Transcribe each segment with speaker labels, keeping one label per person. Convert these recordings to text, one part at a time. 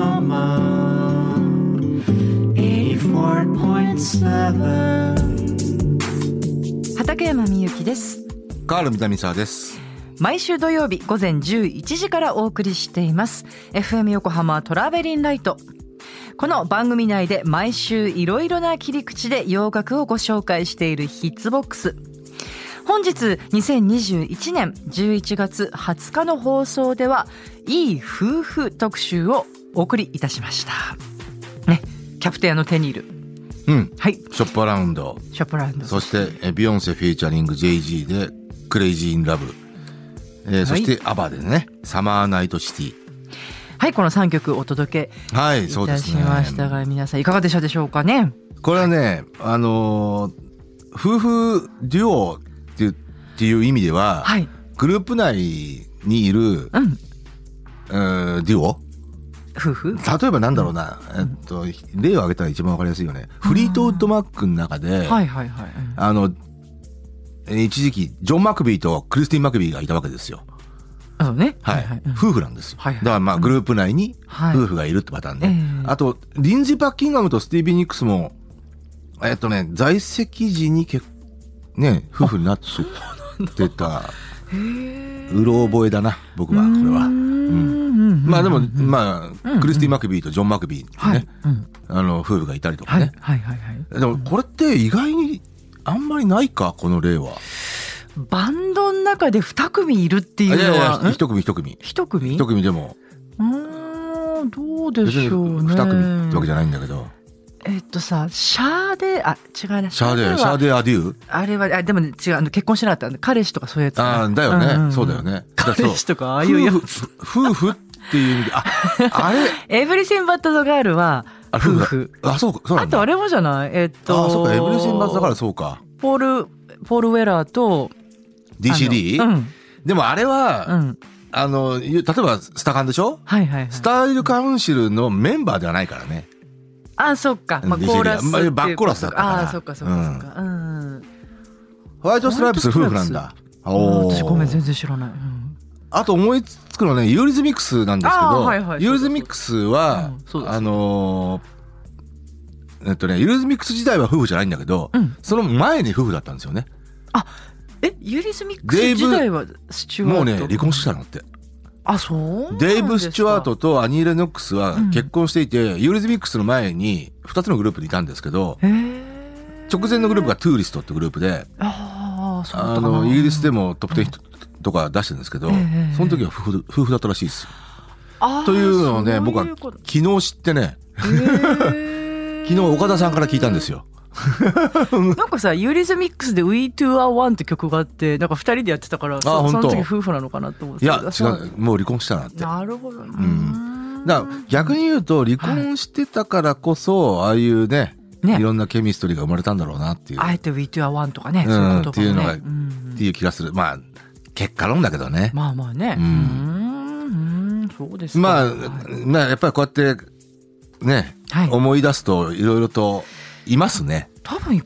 Speaker 1: Oklahoma. 84.7.
Speaker 2: 畠山みゆきです
Speaker 3: カール南沢です。
Speaker 2: 毎週土曜日午前11時からお送りしています FM 横浜トラベリンライトこの番組内で毎週いろいろな切り口で洋楽をご紹介しているヒッツボックス本日2021年11月20日の放送ではいい夫婦特集をお送りいたしましたねキャプテンの手にいる
Speaker 3: うん。
Speaker 2: はい
Speaker 3: ショップアラウンド。
Speaker 2: ショップラウンド
Speaker 3: そして、えビヨンセフィーチャリング JG で、クレイジーインラブ。えーそして、アバでね、サマーナイトシティ。
Speaker 2: はいこの3曲お届け
Speaker 3: はい、
Speaker 2: い
Speaker 3: そう
Speaker 2: た
Speaker 3: で
Speaker 2: し
Speaker 3: すね。
Speaker 2: ましたが、皆さんいかがでしたでしょうかね
Speaker 3: これはね、あのー夫婦デュオっていうっていう意味では、
Speaker 2: はい
Speaker 3: グループ内にいる、
Speaker 2: うん
Speaker 3: えーデュオ
Speaker 2: 夫婦
Speaker 3: 例えばなんだろうな、えっと、例を挙げたら一番わかりやすいよね。フリートウッドマックの中で、
Speaker 2: はいはいはい。うん
Speaker 3: あの、えー一時期、ジョン・マクビーとクリスティン・マクビーがいたわけですよ。
Speaker 2: あのね。
Speaker 3: はい。
Speaker 2: うん
Speaker 3: 夫婦なんですよ。
Speaker 2: はいはい
Speaker 3: だからまあ、グループ内に
Speaker 2: はい
Speaker 3: 夫婦がいるってパターンね。
Speaker 2: ええ
Speaker 3: あと、リンジ・バッキンガムとスティービー・ニックスも、えっとね、在籍時に結ね、夫婦になってた、うろ覚えだな、僕は、これは。
Speaker 2: うーん。
Speaker 3: まあでも、
Speaker 2: うん
Speaker 3: ま
Speaker 2: うんう
Speaker 3: あ、
Speaker 2: ん
Speaker 3: クリスティン・マクビーとジョン・マクビーってね、
Speaker 2: はい。うん
Speaker 3: あの、夫婦がいたりとか
Speaker 2: はい
Speaker 3: ね。
Speaker 2: はいはいはい。
Speaker 3: でも、これって意外に、あんまりないか、この例は。
Speaker 2: バンドの中で二組いるってい
Speaker 3: あ
Speaker 2: う
Speaker 3: いや
Speaker 2: の
Speaker 3: いや
Speaker 2: は、ん
Speaker 3: 一組一組。
Speaker 2: 一組
Speaker 3: 一組でも、
Speaker 2: うーん、どうで
Speaker 3: 別に
Speaker 2: しょうね。
Speaker 3: 二組ってわけじゃ
Speaker 2: ない。
Speaker 3: ないんだけど。
Speaker 2: えっとさ、シャーで、あ、違うな。
Speaker 3: シャーデー、
Speaker 2: は
Speaker 3: シャーデーアデュー
Speaker 2: あれは、あ、でもね違う、あの、結婚してなかった。彼氏とかそういうやつね。
Speaker 3: ああ、だよ
Speaker 2: んん
Speaker 3: ね。
Speaker 2: ん
Speaker 3: そうだよ。ね。からそう
Speaker 2: 彼氏とか、ああいうや
Speaker 3: 夫
Speaker 2: つ。
Speaker 3: 婦夫婦っていう意味で、 あ、あれ、
Speaker 2: エブリシンバット・ザ・ガールは、
Speaker 3: あ
Speaker 2: 夫婦。。
Speaker 3: だあ、そうか、そうな
Speaker 2: あ
Speaker 3: んだ
Speaker 2: とあれもじゃないえっと、
Speaker 3: あ、そうか、エブリシンバズだからそうか。
Speaker 2: ポール、ポール・ウェラーと、あの
Speaker 3: DCD?
Speaker 2: うん。
Speaker 3: でもあれ
Speaker 2: う
Speaker 3: は、
Speaker 2: ん。
Speaker 3: あの、例えばスタカンでしょ
Speaker 2: はいはい、はい。
Speaker 3: スタイルカウンシルのメンバーではないからね。
Speaker 2: あ、そっか。まあ、
Speaker 3: うん
Speaker 2: コーラスっていうことか。
Speaker 3: まあバッコーラスだったから
Speaker 2: あそっかそっかそっか。うん。
Speaker 3: ホワイトストライプス夫婦なんだ。
Speaker 2: あ
Speaker 3: おー
Speaker 2: 私ごめん、全然知らない。うん
Speaker 3: あと思いつくのね、ユーリズミックスなんですけど、
Speaker 2: あーはいはい
Speaker 3: ユーリズミックスは、
Speaker 2: そうだそうだうんそうだそうだ
Speaker 3: あのーえっとね、ユーリズミックス自体は夫婦じゃないんだけど、
Speaker 2: うん
Speaker 3: その前に夫婦だったんですよね。
Speaker 2: え、ユーリスミックス時代はスチュワー
Speaker 3: も
Speaker 2: ト
Speaker 3: うね、離婚してたのって。
Speaker 2: あ、そうなんですか
Speaker 3: デイブ・スチュワート。とアニー・レノックスは
Speaker 2: うん
Speaker 3: 結婚していて、ユーリズミックスの前に2つのグループにいたんですけど、
Speaker 2: へえ。
Speaker 3: 直前のグループがトゥーリストってグループで、
Speaker 2: ああ、そうだっ
Speaker 3: あ
Speaker 2: たかな
Speaker 3: の、イギリスでもトップ10とか出してるんですけど、
Speaker 2: ええ
Speaker 3: その時は夫婦夫婦だったらしいですよ。
Speaker 2: あー
Speaker 3: というのをね、
Speaker 2: そう
Speaker 3: 僕は
Speaker 2: いうこと
Speaker 3: 昨日知ってね、
Speaker 2: へえ
Speaker 3: 昨日岡田さんから聞いたんですよ。
Speaker 2: なんかさ、ユーリズミックスで We Two Are One って曲があって、なんか二人でやってたから、そ
Speaker 3: 本
Speaker 2: その
Speaker 3: 当
Speaker 2: 時夫婦なのかなと思っ
Speaker 3: い
Speaker 2: てた
Speaker 3: や
Speaker 2: けど。
Speaker 3: 違
Speaker 2: そう
Speaker 3: うもう離婚したなってだか
Speaker 2: なるほどね。
Speaker 3: んら逆に言うと離婚してたからこそ、ああいうね
Speaker 2: ね
Speaker 3: いろんなケミストリーが生まれたんだろうなっていう、
Speaker 2: あえて We Two Are One とかね、
Speaker 3: うん
Speaker 2: そういう言葉ね
Speaker 3: っていうのが
Speaker 2: ん
Speaker 3: っていう気がするまあ結果論だけどね、
Speaker 2: まあまあね。う
Speaker 3: うん
Speaker 2: ん、うんそうですか
Speaker 3: まあ、
Speaker 2: はい
Speaker 3: まあやっぱりこうやってね、
Speaker 2: はい
Speaker 3: 思い出すといろいろといますね
Speaker 2: 多分い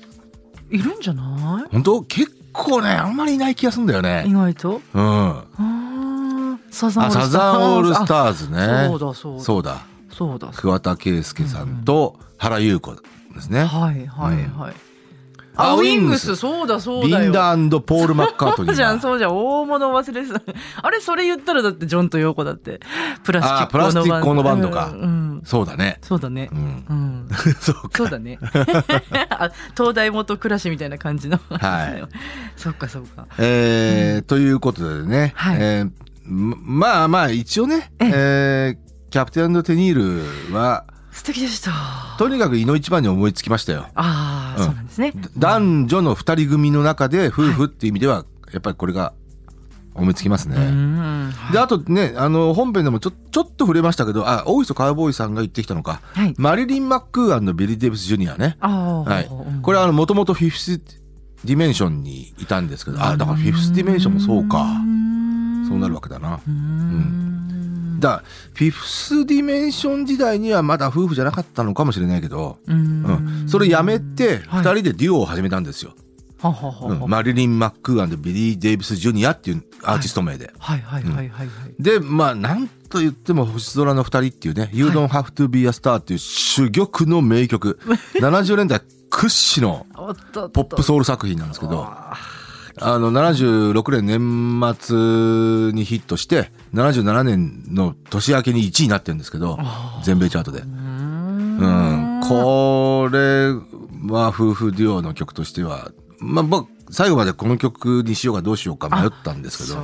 Speaker 2: いるんじゃな
Speaker 3: 本当結構ねあんまりいない気がするんだよ
Speaker 2: い意
Speaker 3: ね
Speaker 2: 外と。
Speaker 3: うんあ
Speaker 2: あーサザンオールスターズ。
Speaker 3: サザン
Speaker 2: ーそう
Speaker 3: オールスターズね
Speaker 2: だそうだ
Speaker 3: そうだ
Speaker 2: そうだ。そう
Speaker 3: 桑田佳祐さんと原優子ですね、
Speaker 2: だはいはいはい。
Speaker 3: あ
Speaker 2: あ、ウィング
Speaker 3: ウィン
Speaker 2: ス、
Speaker 3: グス
Speaker 2: そうだそう
Speaker 3: リ
Speaker 2: だよ。
Speaker 3: ンダーポール・マッカート
Speaker 2: そ
Speaker 3: ニー
Speaker 2: う
Speaker 3: が
Speaker 2: じゃん、そうじゃん。大物忘れてた。 あれ、それ言ったらだって、ジョンとヨーコだって。プラスチッ
Speaker 3: あープラスチッ
Speaker 2: ク
Speaker 3: ク
Speaker 2: の
Speaker 3: の
Speaker 2: バ
Speaker 3: バ
Speaker 2: ン
Speaker 3: ン
Speaker 2: ド
Speaker 3: ドか
Speaker 2: うんうん
Speaker 3: そうだね。
Speaker 2: そうだね
Speaker 3: う。ん。
Speaker 2: うん。
Speaker 3: そう
Speaker 2: そう
Speaker 3: か。
Speaker 2: だ ね。あ東大元暮らしみたいな感じの。
Speaker 3: はい。
Speaker 2: そっかそっか。
Speaker 3: えーということでね。
Speaker 2: はい
Speaker 3: えーままあまあ、一応ね、
Speaker 2: ええ
Speaker 3: えーキャプテンテニールは、
Speaker 2: 素敵でした。あ
Speaker 3: とにかく胃の一番に思いつきましたよ。
Speaker 2: あー、
Speaker 3: うん
Speaker 2: そうなんですね。
Speaker 3: 男女の二人組の中で夫婦っていう意味では、やっぱりこれが思いつきます
Speaker 2: う
Speaker 3: ね。
Speaker 2: ん。は
Speaker 3: で、あとね、あの、本編でもちょ、ちょっと触れましたけど、あ、大磯カウボーイさんが言ってきたのか。
Speaker 2: い。
Speaker 3: マリリン・マックービリー・デイビス・ジュニアね。
Speaker 2: ああ、
Speaker 3: はい
Speaker 2: うん。
Speaker 3: これはあの、もともとフィフスディメンションにいたんですけど、あ、だからフィフスディメンションもそうか。そうなるわけだな。
Speaker 2: うーん。
Speaker 3: だからフィフスディメンション時代にはまだ夫婦じゃなかったのかもしれないけど、
Speaker 2: うん
Speaker 3: うん。それやめて、
Speaker 2: はい
Speaker 3: 二人でデュオを始めたんですよ。
Speaker 2: ははは
Speaker 3: うん
Speaker 2: は
Speaker 3: マリリン・マックービリー・デイビス・ジュニアっていうアーティスト名で。
Speaker 2: はいはいはいはいはい。
Speaker 3: で、まあ、なんと言っても星空の二人っていうね、You Don't Have to Be a Star っていう主玉の名 曲、70年代屈指の
Speaker 2: おっとっと
Speaker 3: ポップソウル作品なんですけど、あの、76年年末にヒットして、77年の年明けに1位になってるんですけど、全米チャートで。うん。これは夫婦デュオの曲としては、まあ僕、最後までこの曲にしようかどうしようか迷ったんですけど、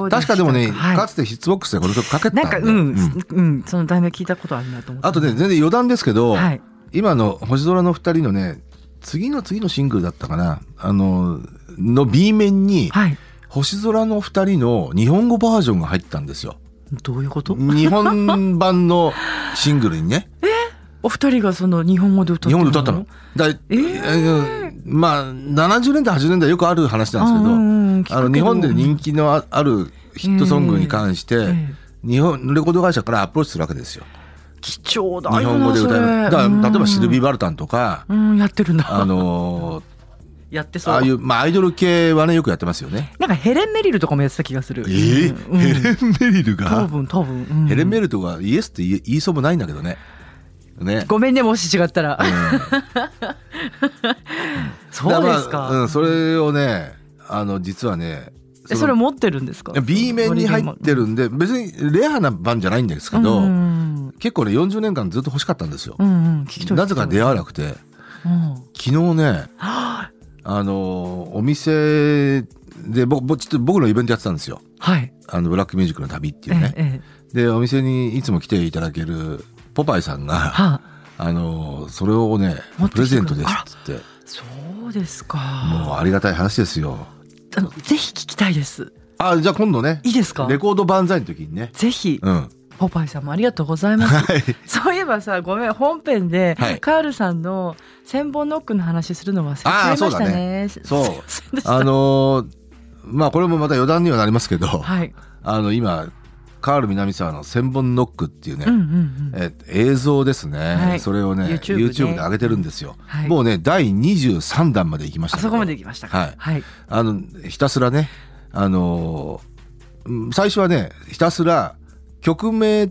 Speaker 2: そう
Speaker 3: 確かでもね、
Speaker 2: はい
Speaker 3: かつてヒッツボックスでこの曲かけてた
Speaker 2: なんん
Speaker 3: で
Speaker 2: かうん、
Speaker 3: うん
Speaker 2: うん、その題名聞いたことあるなと思って。
Speaker 3: あとね、全然余談ですけど、
Speaker 2: はい
Speaker 3: 今の星空の二人のね、次の次のシングルだったかな、あの、の B 面に、
Speaker 2: はい。
Speaker 3: 星空の二人の日本語バージョンが入ったんですよ。
Speaker 2: どういう こと？
Speaker 3: 日本版のシングルにね、
Speaker 2: お二人がその日本語で歌って
Speaker 3: 日
Speaker 2: る
Speaker 3: 本語で歌ったの。だい
Speaker 2: えー
Speaker 3: えーまあ、70年代、80年代よくある話なんですけど、
Speaker 2: うんうんうん聞くけど
Speaker 3: あの日本で人気のああるヒットソングに関して、
Speaker 2: え
Speaker 3: 日本レコード会社からアプローチするわけですよ。
Speaker 2: 貴重だよな
Speaker 3: 日本語で歌える。だから
Speaker 2: それ
Speaker 3: 例えばシルビー・バルタンとか、
Speaker 2: うん、うんやってるんだ。
Speaker 3: あのー
Speaker 2: やってそう。
Speaker 3: ああいう、まあ、アイドル系はね、よくやってますよね。
Speaker 2: なんかヘレンメリルとかもやってた気がする。うんうん
Speaker 3: ヘレン・メリル
Speaker 2: 多
Speaker 3: が、
Speaker 2: 分多分。うん
Speaker 3: ヘレン・メリルとかイエスって言い言いそうもないんだけどね。ね。
Speaker 2: ごめんねもし違ったら。 そうです
Speaker 3: だらまあう
Speaker 2: か
Speaker 3: ん、。それをね、あの、実はね、
Speaker 2: えそれ持ってるんですか。
Speaker 3: B 面に入って
Speaker 2: る
Speaker 3: るんで、別にレアな版じゃないんですけど、
Speaker 2: うん
Speaker 3: 結構ね、40年間ずっと欲しかったんですよ
Speaker 2: う。ん、聞き取
Speaker 3: なぜか出会わなくて、
Speaker 2: うん
Speaker 3: 昨日ね、
Speaker 2: は
Speaker 3: あの、お店で、僕、僕ちょっと僕のイベントやってたんですよ。
Speaker 2: い。
Speaker 3: あの、ブラックミュージックの旅ってい
Speaker 2: え
Speaker 3: うね。
Speaker 2: えええ
Speaker 3: でお店にいつも来ていただけるポパイさんが
Speaker 2: はあ
Speaker 3: あのそれをね
Speaker 2: 持ってきてくれ
Speaker 3: プレゼントですっつって
Speaker 2: そうですか。
Speaker 3: もうありがたい話ですよ
Speaker 2: あのぜひ聞きたいです。
Speaker 3: あじゃあ今度ね
Speaker 2: いいですか。
Speaker 3: レコード万歳の時にね
Speaker 2: ぜひ
Speaker 3: うん
Speaker 2: ポパイさんもありがとうございます。
Speaker 3: はい
Speaker 2: そういえばさ、ごめん、本編で、
Speaker 3: はい
Speaker 2: カールさんの千本ノックの話するの忘れちゃいましたね。
Speaker 3: そう
Speaker 2: すいませんでした
Speaker 3: あのーまあこれもまた余談にはなりますけど、
Speaker 2: はい。
Speaker 3: あの今カール南沢の「千本ノック」っていうね、
Speaker 2: うんうんうん。
Speaker 3: え映像ですね、
Speaker 2: はい
Speaker 3: それをね
Speaker 2: YouTube ね
Speaker 3: YouTube, で上げてるんですよ、
Speaker 2: はい
Speaker 3: もうね第23弾まで行きました
Speaker 2: あ
Speaker 3: けど
Speaker 2: そこまで行きましたか。
Speaker 3: はい
Speaker 2: はい。
Speaker 3: あの、ひたすらね、あのーうん最初はね、ひたすら曲名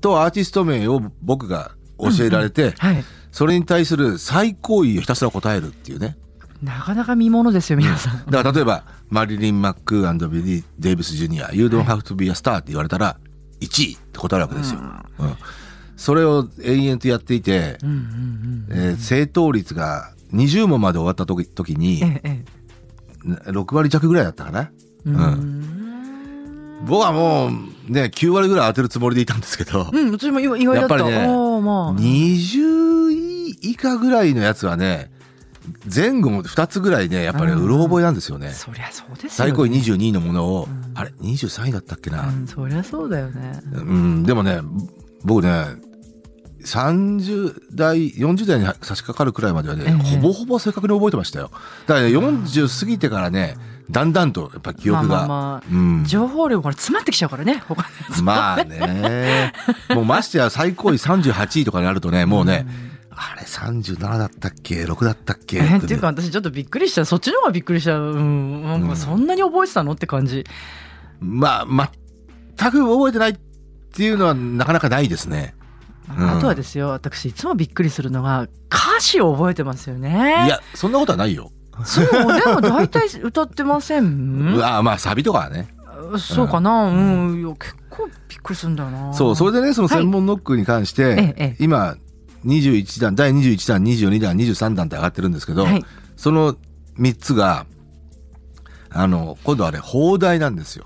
Speaker 3: とアーティスト名を僕が教えられて、
Speaker 2: はい。
Speaker 3: それに対する最高位をひたすら答えるっていうね。
Speaker 2: なかなか見ものですよ、皆さん。
Speaker 3: だから例えば、マリリン・マックービリー・デイビス・ジュニア、You don't have to be a star って言われたら、1位って答えるわけですよ。うんそれを延々とやっていて、
Speaker 2: うんうん
Speaker 3: えー正答率が20問まで終わった時時
Speaker 2: うん。
Speaker 3: に、
Speaker 2: えええ
Speaker 3: 6割弱ぐらいだったかな。
Speaker 2: え。う
Speaker 3: うん
Speaker 2: ん。
Speaker 3: 僕はもうね9割ぐらい当てるつもりでいたんですけど、
Speaker 2: うん、私も今意外だった。
Speaker 3: やっぱりね
Speaker 2: おーまあ
Speaker 3: 20位以下ぐらいのやつはね前後も2つぐらいねやっぱりうろ覚えなんですよね、
Speaker 2: そりゃそうですよ、ね。
Speaker 3: 最高位22位のものを、
Speaker 2: ん
Speaker 3: あれ23位だったっけな
Speaker 2: う、ん、そりゃそうだよね。
Speaker 3: うんでもね僕ね30代40代に差し掛かるくらいまではね、
Speaker 2: ええ
Speaker 3: ほぼほぼ正確に覚えてましたよだから、ね、40過ぎてからねだんだんとやっぱ記憶
Speaker 2: ま
Speaker 3: が、
Speaker 2: あまあまあ
Speaker 3: うん
Speaker 2: 情報量が詰まってきちゃうからね、他のやつ。
Speaker 3: まあね。もうましてや最高位38位とかになるとね、もうね、あれ37だったっけ ?6 だったっけ
Speaker 2: えっていうか私ちょっとびっくりしたそっちの方がびっくりした、うん、なんかそんなに覚えてたのって感じ
Speaker 3: まあ、全く覚えてないっていうのはなかなかないですね。ん
Speaker 2: あとはですよ私いつもびっくりするのが歌詞を覚えてますよね
Speaker 3: いや、そんなことはないよ。
Speaker 2: そうでも大体歌ってませ
Speaker 3: うんわあまあ、サビとかはね。
Speaker 2: そうかなうん、いや結構びっくりするんだよな
Speaker 3: そう、それでね、その
Speaker 2: はい
Speaker 3: 専門ノックに関して、
Speaker 2: ええ
Speaker 3: 今、21段、第21弾、22弾、23弾って上がってるんですけど、
Speaker 2: はい
Speaker 3: その3つが、あの、今度はね、放題なんですよ。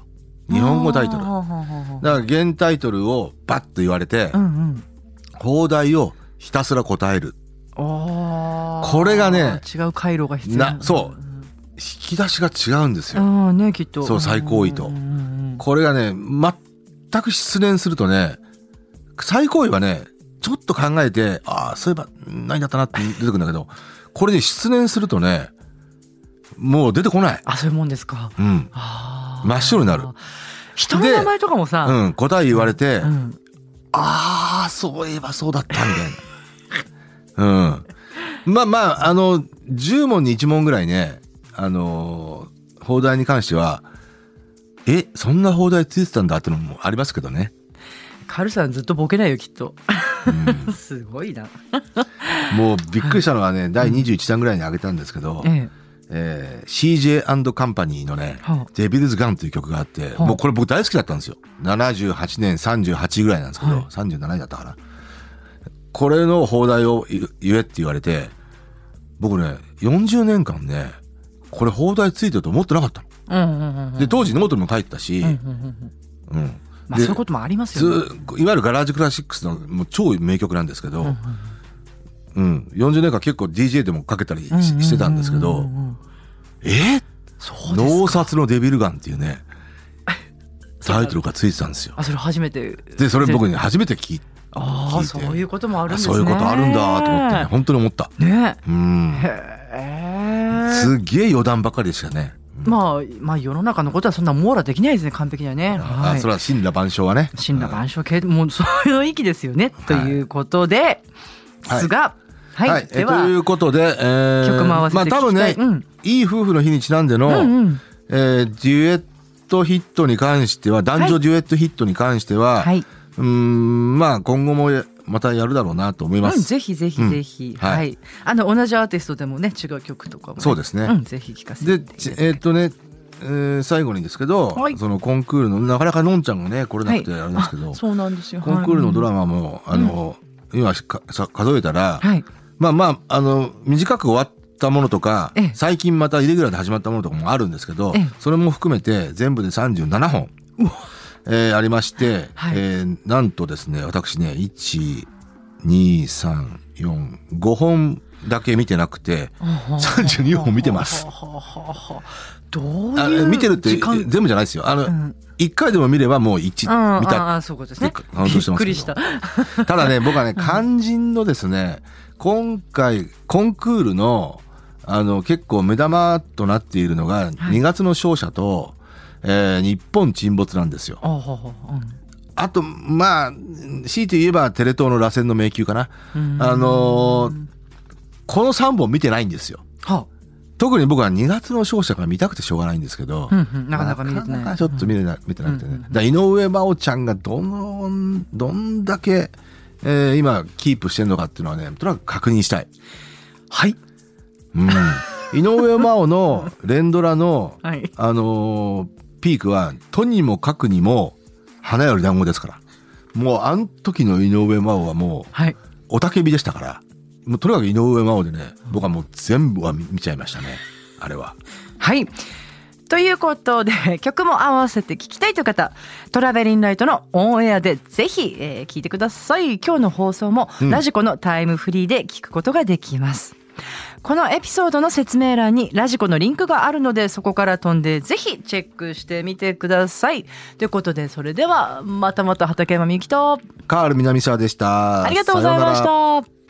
Speaker 3: 日本語タイトル。
Speaker 2: あーはあはあはあ
Speaker 3: だから原タイトルをバッと言われて、
Speaker 2: うんうん
Speaker 3: 放題をひたすら答える。
Speaker 2: あー
Speaker 3: これがね
Speaker 2: 違う回路が必要
Speaker 3: なそう引き出しが違うんですよ。
Speaker 2: ああねきっと
Speaker 3: そう最高位と
Speaker 2: うんうん
Speaker 3: これがね、全く失念するとね、最高位はね、ちょっと考えて、ああ、そういえば何だったなって出てくるんだけど、これね、失念するとね、もう出てこない。
Speaker 2: あそういうもんですか
Speaker 3: うん。
Speaker 2: あー
Speaker 3: 真っ白になる。
Speaker 2: 人の名前とかもさ、
Speaker 3: うん、答え言われて、
Speaker 2: うん
Speaker 3: ああ、そういえばそうだった、みたいな。うん。まあまあ、あの、10問に1問ぐらいね、あのー放題に関しては、え、そんな放題ついてたんだってのもありますけどね。
Speaker 2: カルさんずっとボケないよきっ と
Speaker 3: うん
Speaker 2: すごいな、
Speaker 3: もうびっくりしたのはね、第21弾ぐらいに上げたんですけど、
Speaker 2: ええ、
Speaker 3: えー CJ& カンパニーのね、
Speaker 2: はあ
Speaker 3: デビルズ・ガンという曲があって、
Speaker 2: あ
Speaker 3: もうこれ僕大好きだったんですよ。78年38ぐらいなんですけど、
Speaker 2: はい
Speaker 3: 37年だったかな。これの放題を言言えって言われて、僕ね、40年間ね、これ放題ついてると思ってなかったの。
Speaker 2: うんうんうんうん
Speaker 3: で、当時ノートにも書いてたし、
Speaker 2: う
Speaker 3: う
Speaker 2: う
Speaker 3: ん
Speaker 2: ん
Speaker 3: ん。
Speaker 2: うんうんまあそういうこともあります
Speaker 3: ず
Speaker 2: よね
Speaker 3: いわゆるガラージクラシックスのもう超名曲なんですけど、うん40年間結構 DJ でもかけたりし,、てたんですけど、
Speaker 2: うんうんうんうん
Speaker 3: え
Speaker 2: そうです
Speaker 3: 脳札のデビルガンってい うね、タイトルがついてたんですよ。
Speaker 2: あそれ初めて
Speaker 3: で、それ僕ね、初めて聞い
Speaker 2: あ
Speaker 3: 聞い
Speaker 2: あ
Speaker 3: て
Speaker 2: そういうこともあるん
Speaker 3: た。
Speaker 2: です
Speaker 3: そ
Speaker 2: ね
Speaker 3: ういうことあるんだと思ってね、本当に思った。
Speaker 2: ね
Speaker 3: うん。
Speaker 2: へえ
Speaker 3: すげえ余談ばかりでしたね。
Speaker 2: まあまあ世の中のことはそんな網羅できないですね完璧にはねは
Speaker 3: あ、
Speaker 2: い
Speaker 3: それは神羅万象はね。
Speaker 2: 神羅万象系もうそういう域ですよねということで
Speaker 3: はい
Speaker 2: すがはい、
Speaker 3: はい。え
Speaker 2: で
Speaker 3: とい
Speaker 2: は
Speaker 3: うことで、えー
Speaker 2: 曲も合わせて聞き
Speaker 3: ま
Speaker 2: た
Speaker 3: あ
Speaker 2: い
Speaker 3: 多分ね
Speaker 2: うん、
Speaker 3: いい夫婦の日にちなんでの、
Speaker 2: うんうん
Speaker 3: えーデュエットヒットに関しては、男女デュエットヒットに関しては、
Speaker 2: はい、
Speaker 3: うーん、まあ今後もやまたやるだろうなと思いま
Speaker 2: うん、
Speaker 3: す。
Speaker 2: ぜひぜひぜひ、
Speaker 3: うん
Speaker 2: はい、
Speaker 3: はい
Speaker 2: あの同じアーティストでもね違う曲とかもね、
Speaker 3: そうですね
Speaker 2: うん、ぜひ聞かせて
Speaker 3: で、
Speaker 2: いただき
Speaker 3: ち
Speaker 2: たい
Speaker 3: えーっとね、えー最後にですけど、
Speaker 2: はい
Speaker 3: そのコンクールの、なかなかのんちゃんがね、来れなくて
Speaker 2: はい
Speaker 3: あれなんですけど、
Speaker 2: あそうなんですよ
Speaker 3: コンクールのド
Speaker 2: マ
Speaker 3: ラマも、あの、今しかさ数えたら、
Speaker 2: はい
Speaker 3: まあまあ、あの、短く終わったものとか
Speaker 2: ええ、
Speaker 3: 最近またイレギュラーで始まったものとかもあるんですけど
Speaker 2: ええ、
Speaker 3: それも含めて全部で37本、えーありまして、
Speaker 2: はい
Speaker 3: えーなんとですね、私ね、1、2、3、4、5本だけ見てなくて、32本見てます
Speaker 2: ははははどう
Speaker 3: あ
Speaker 2: いう
Speaker 3: 見てるって
Speaker 2: 時間
Speaker 3: 全部じゃないですよ。あの、
Speaker 2: ん
Speaker 3: 一回でも見ればもう一見
Speaker 2: あ
Speaker 3: た。
Speaker 2: ああそういうことですね
Speaker 3: って感動し
Speaker 2: びっ
Speaker 3: てますけど
Speaker 2: くりした
Speaker 3: ただね、僕はね、肝心のですね、今回、コンクールの、あの、結構目玉となっているのが、2月の勝者と、えー日本沈没なんですよ。
Speaker 2: あはは
Speaker 3: あと、まあ、強いて言えば、テレ東の螺旋の迷宮かな。
Speaker 2: うん
Speaker 3: あのーこの3本見てないんですよ。
Speaker 2: は
Speaker 3: 特に僕は2月の勝者が見たくてしょうがないんですけど、
Speaker 2: うんうんなかなか見れてない
Speaker 3: かかちょっと見れな見てなくてね、
Speaker 2: うんうん
Speaker 3: だから井上真央ちゃんがどのどんだけ、えー今キープしてるのかっていうのはねとにかく確認したい、
Speaker 2: はい
Speaker 3: うん、井上真央の連ドラの、
Speaker 2: はい
Speaker 3: あのーピークはとにもかくにも花より団子ですからもうあの時の井上真央はもう
Speaker 2: はい
Speaker 3: おたけびでしたからもうとにかく井上真央でね僕はもう全部は見見ちゃいましたねあれは。
Speaker 2: はいということで 曲も合わせて聴きたいという方トラベリンライトのオンエアでぜひ、えー聞いてください今日の放送も、
Speaker 3: うん
Speaker 2: ラジコのタイムフリーで聞くことができますこのエピソードの説明欄にラジコのリンクがあるのでそこから飛んでぜひチェックしてみてくださいということでそれではまたまた畠山みゆきと
Speaker 3: カール南沢でした。
Speaker 2: ありがとうございまし
Speaker 3: さようなら
Speaker 2: た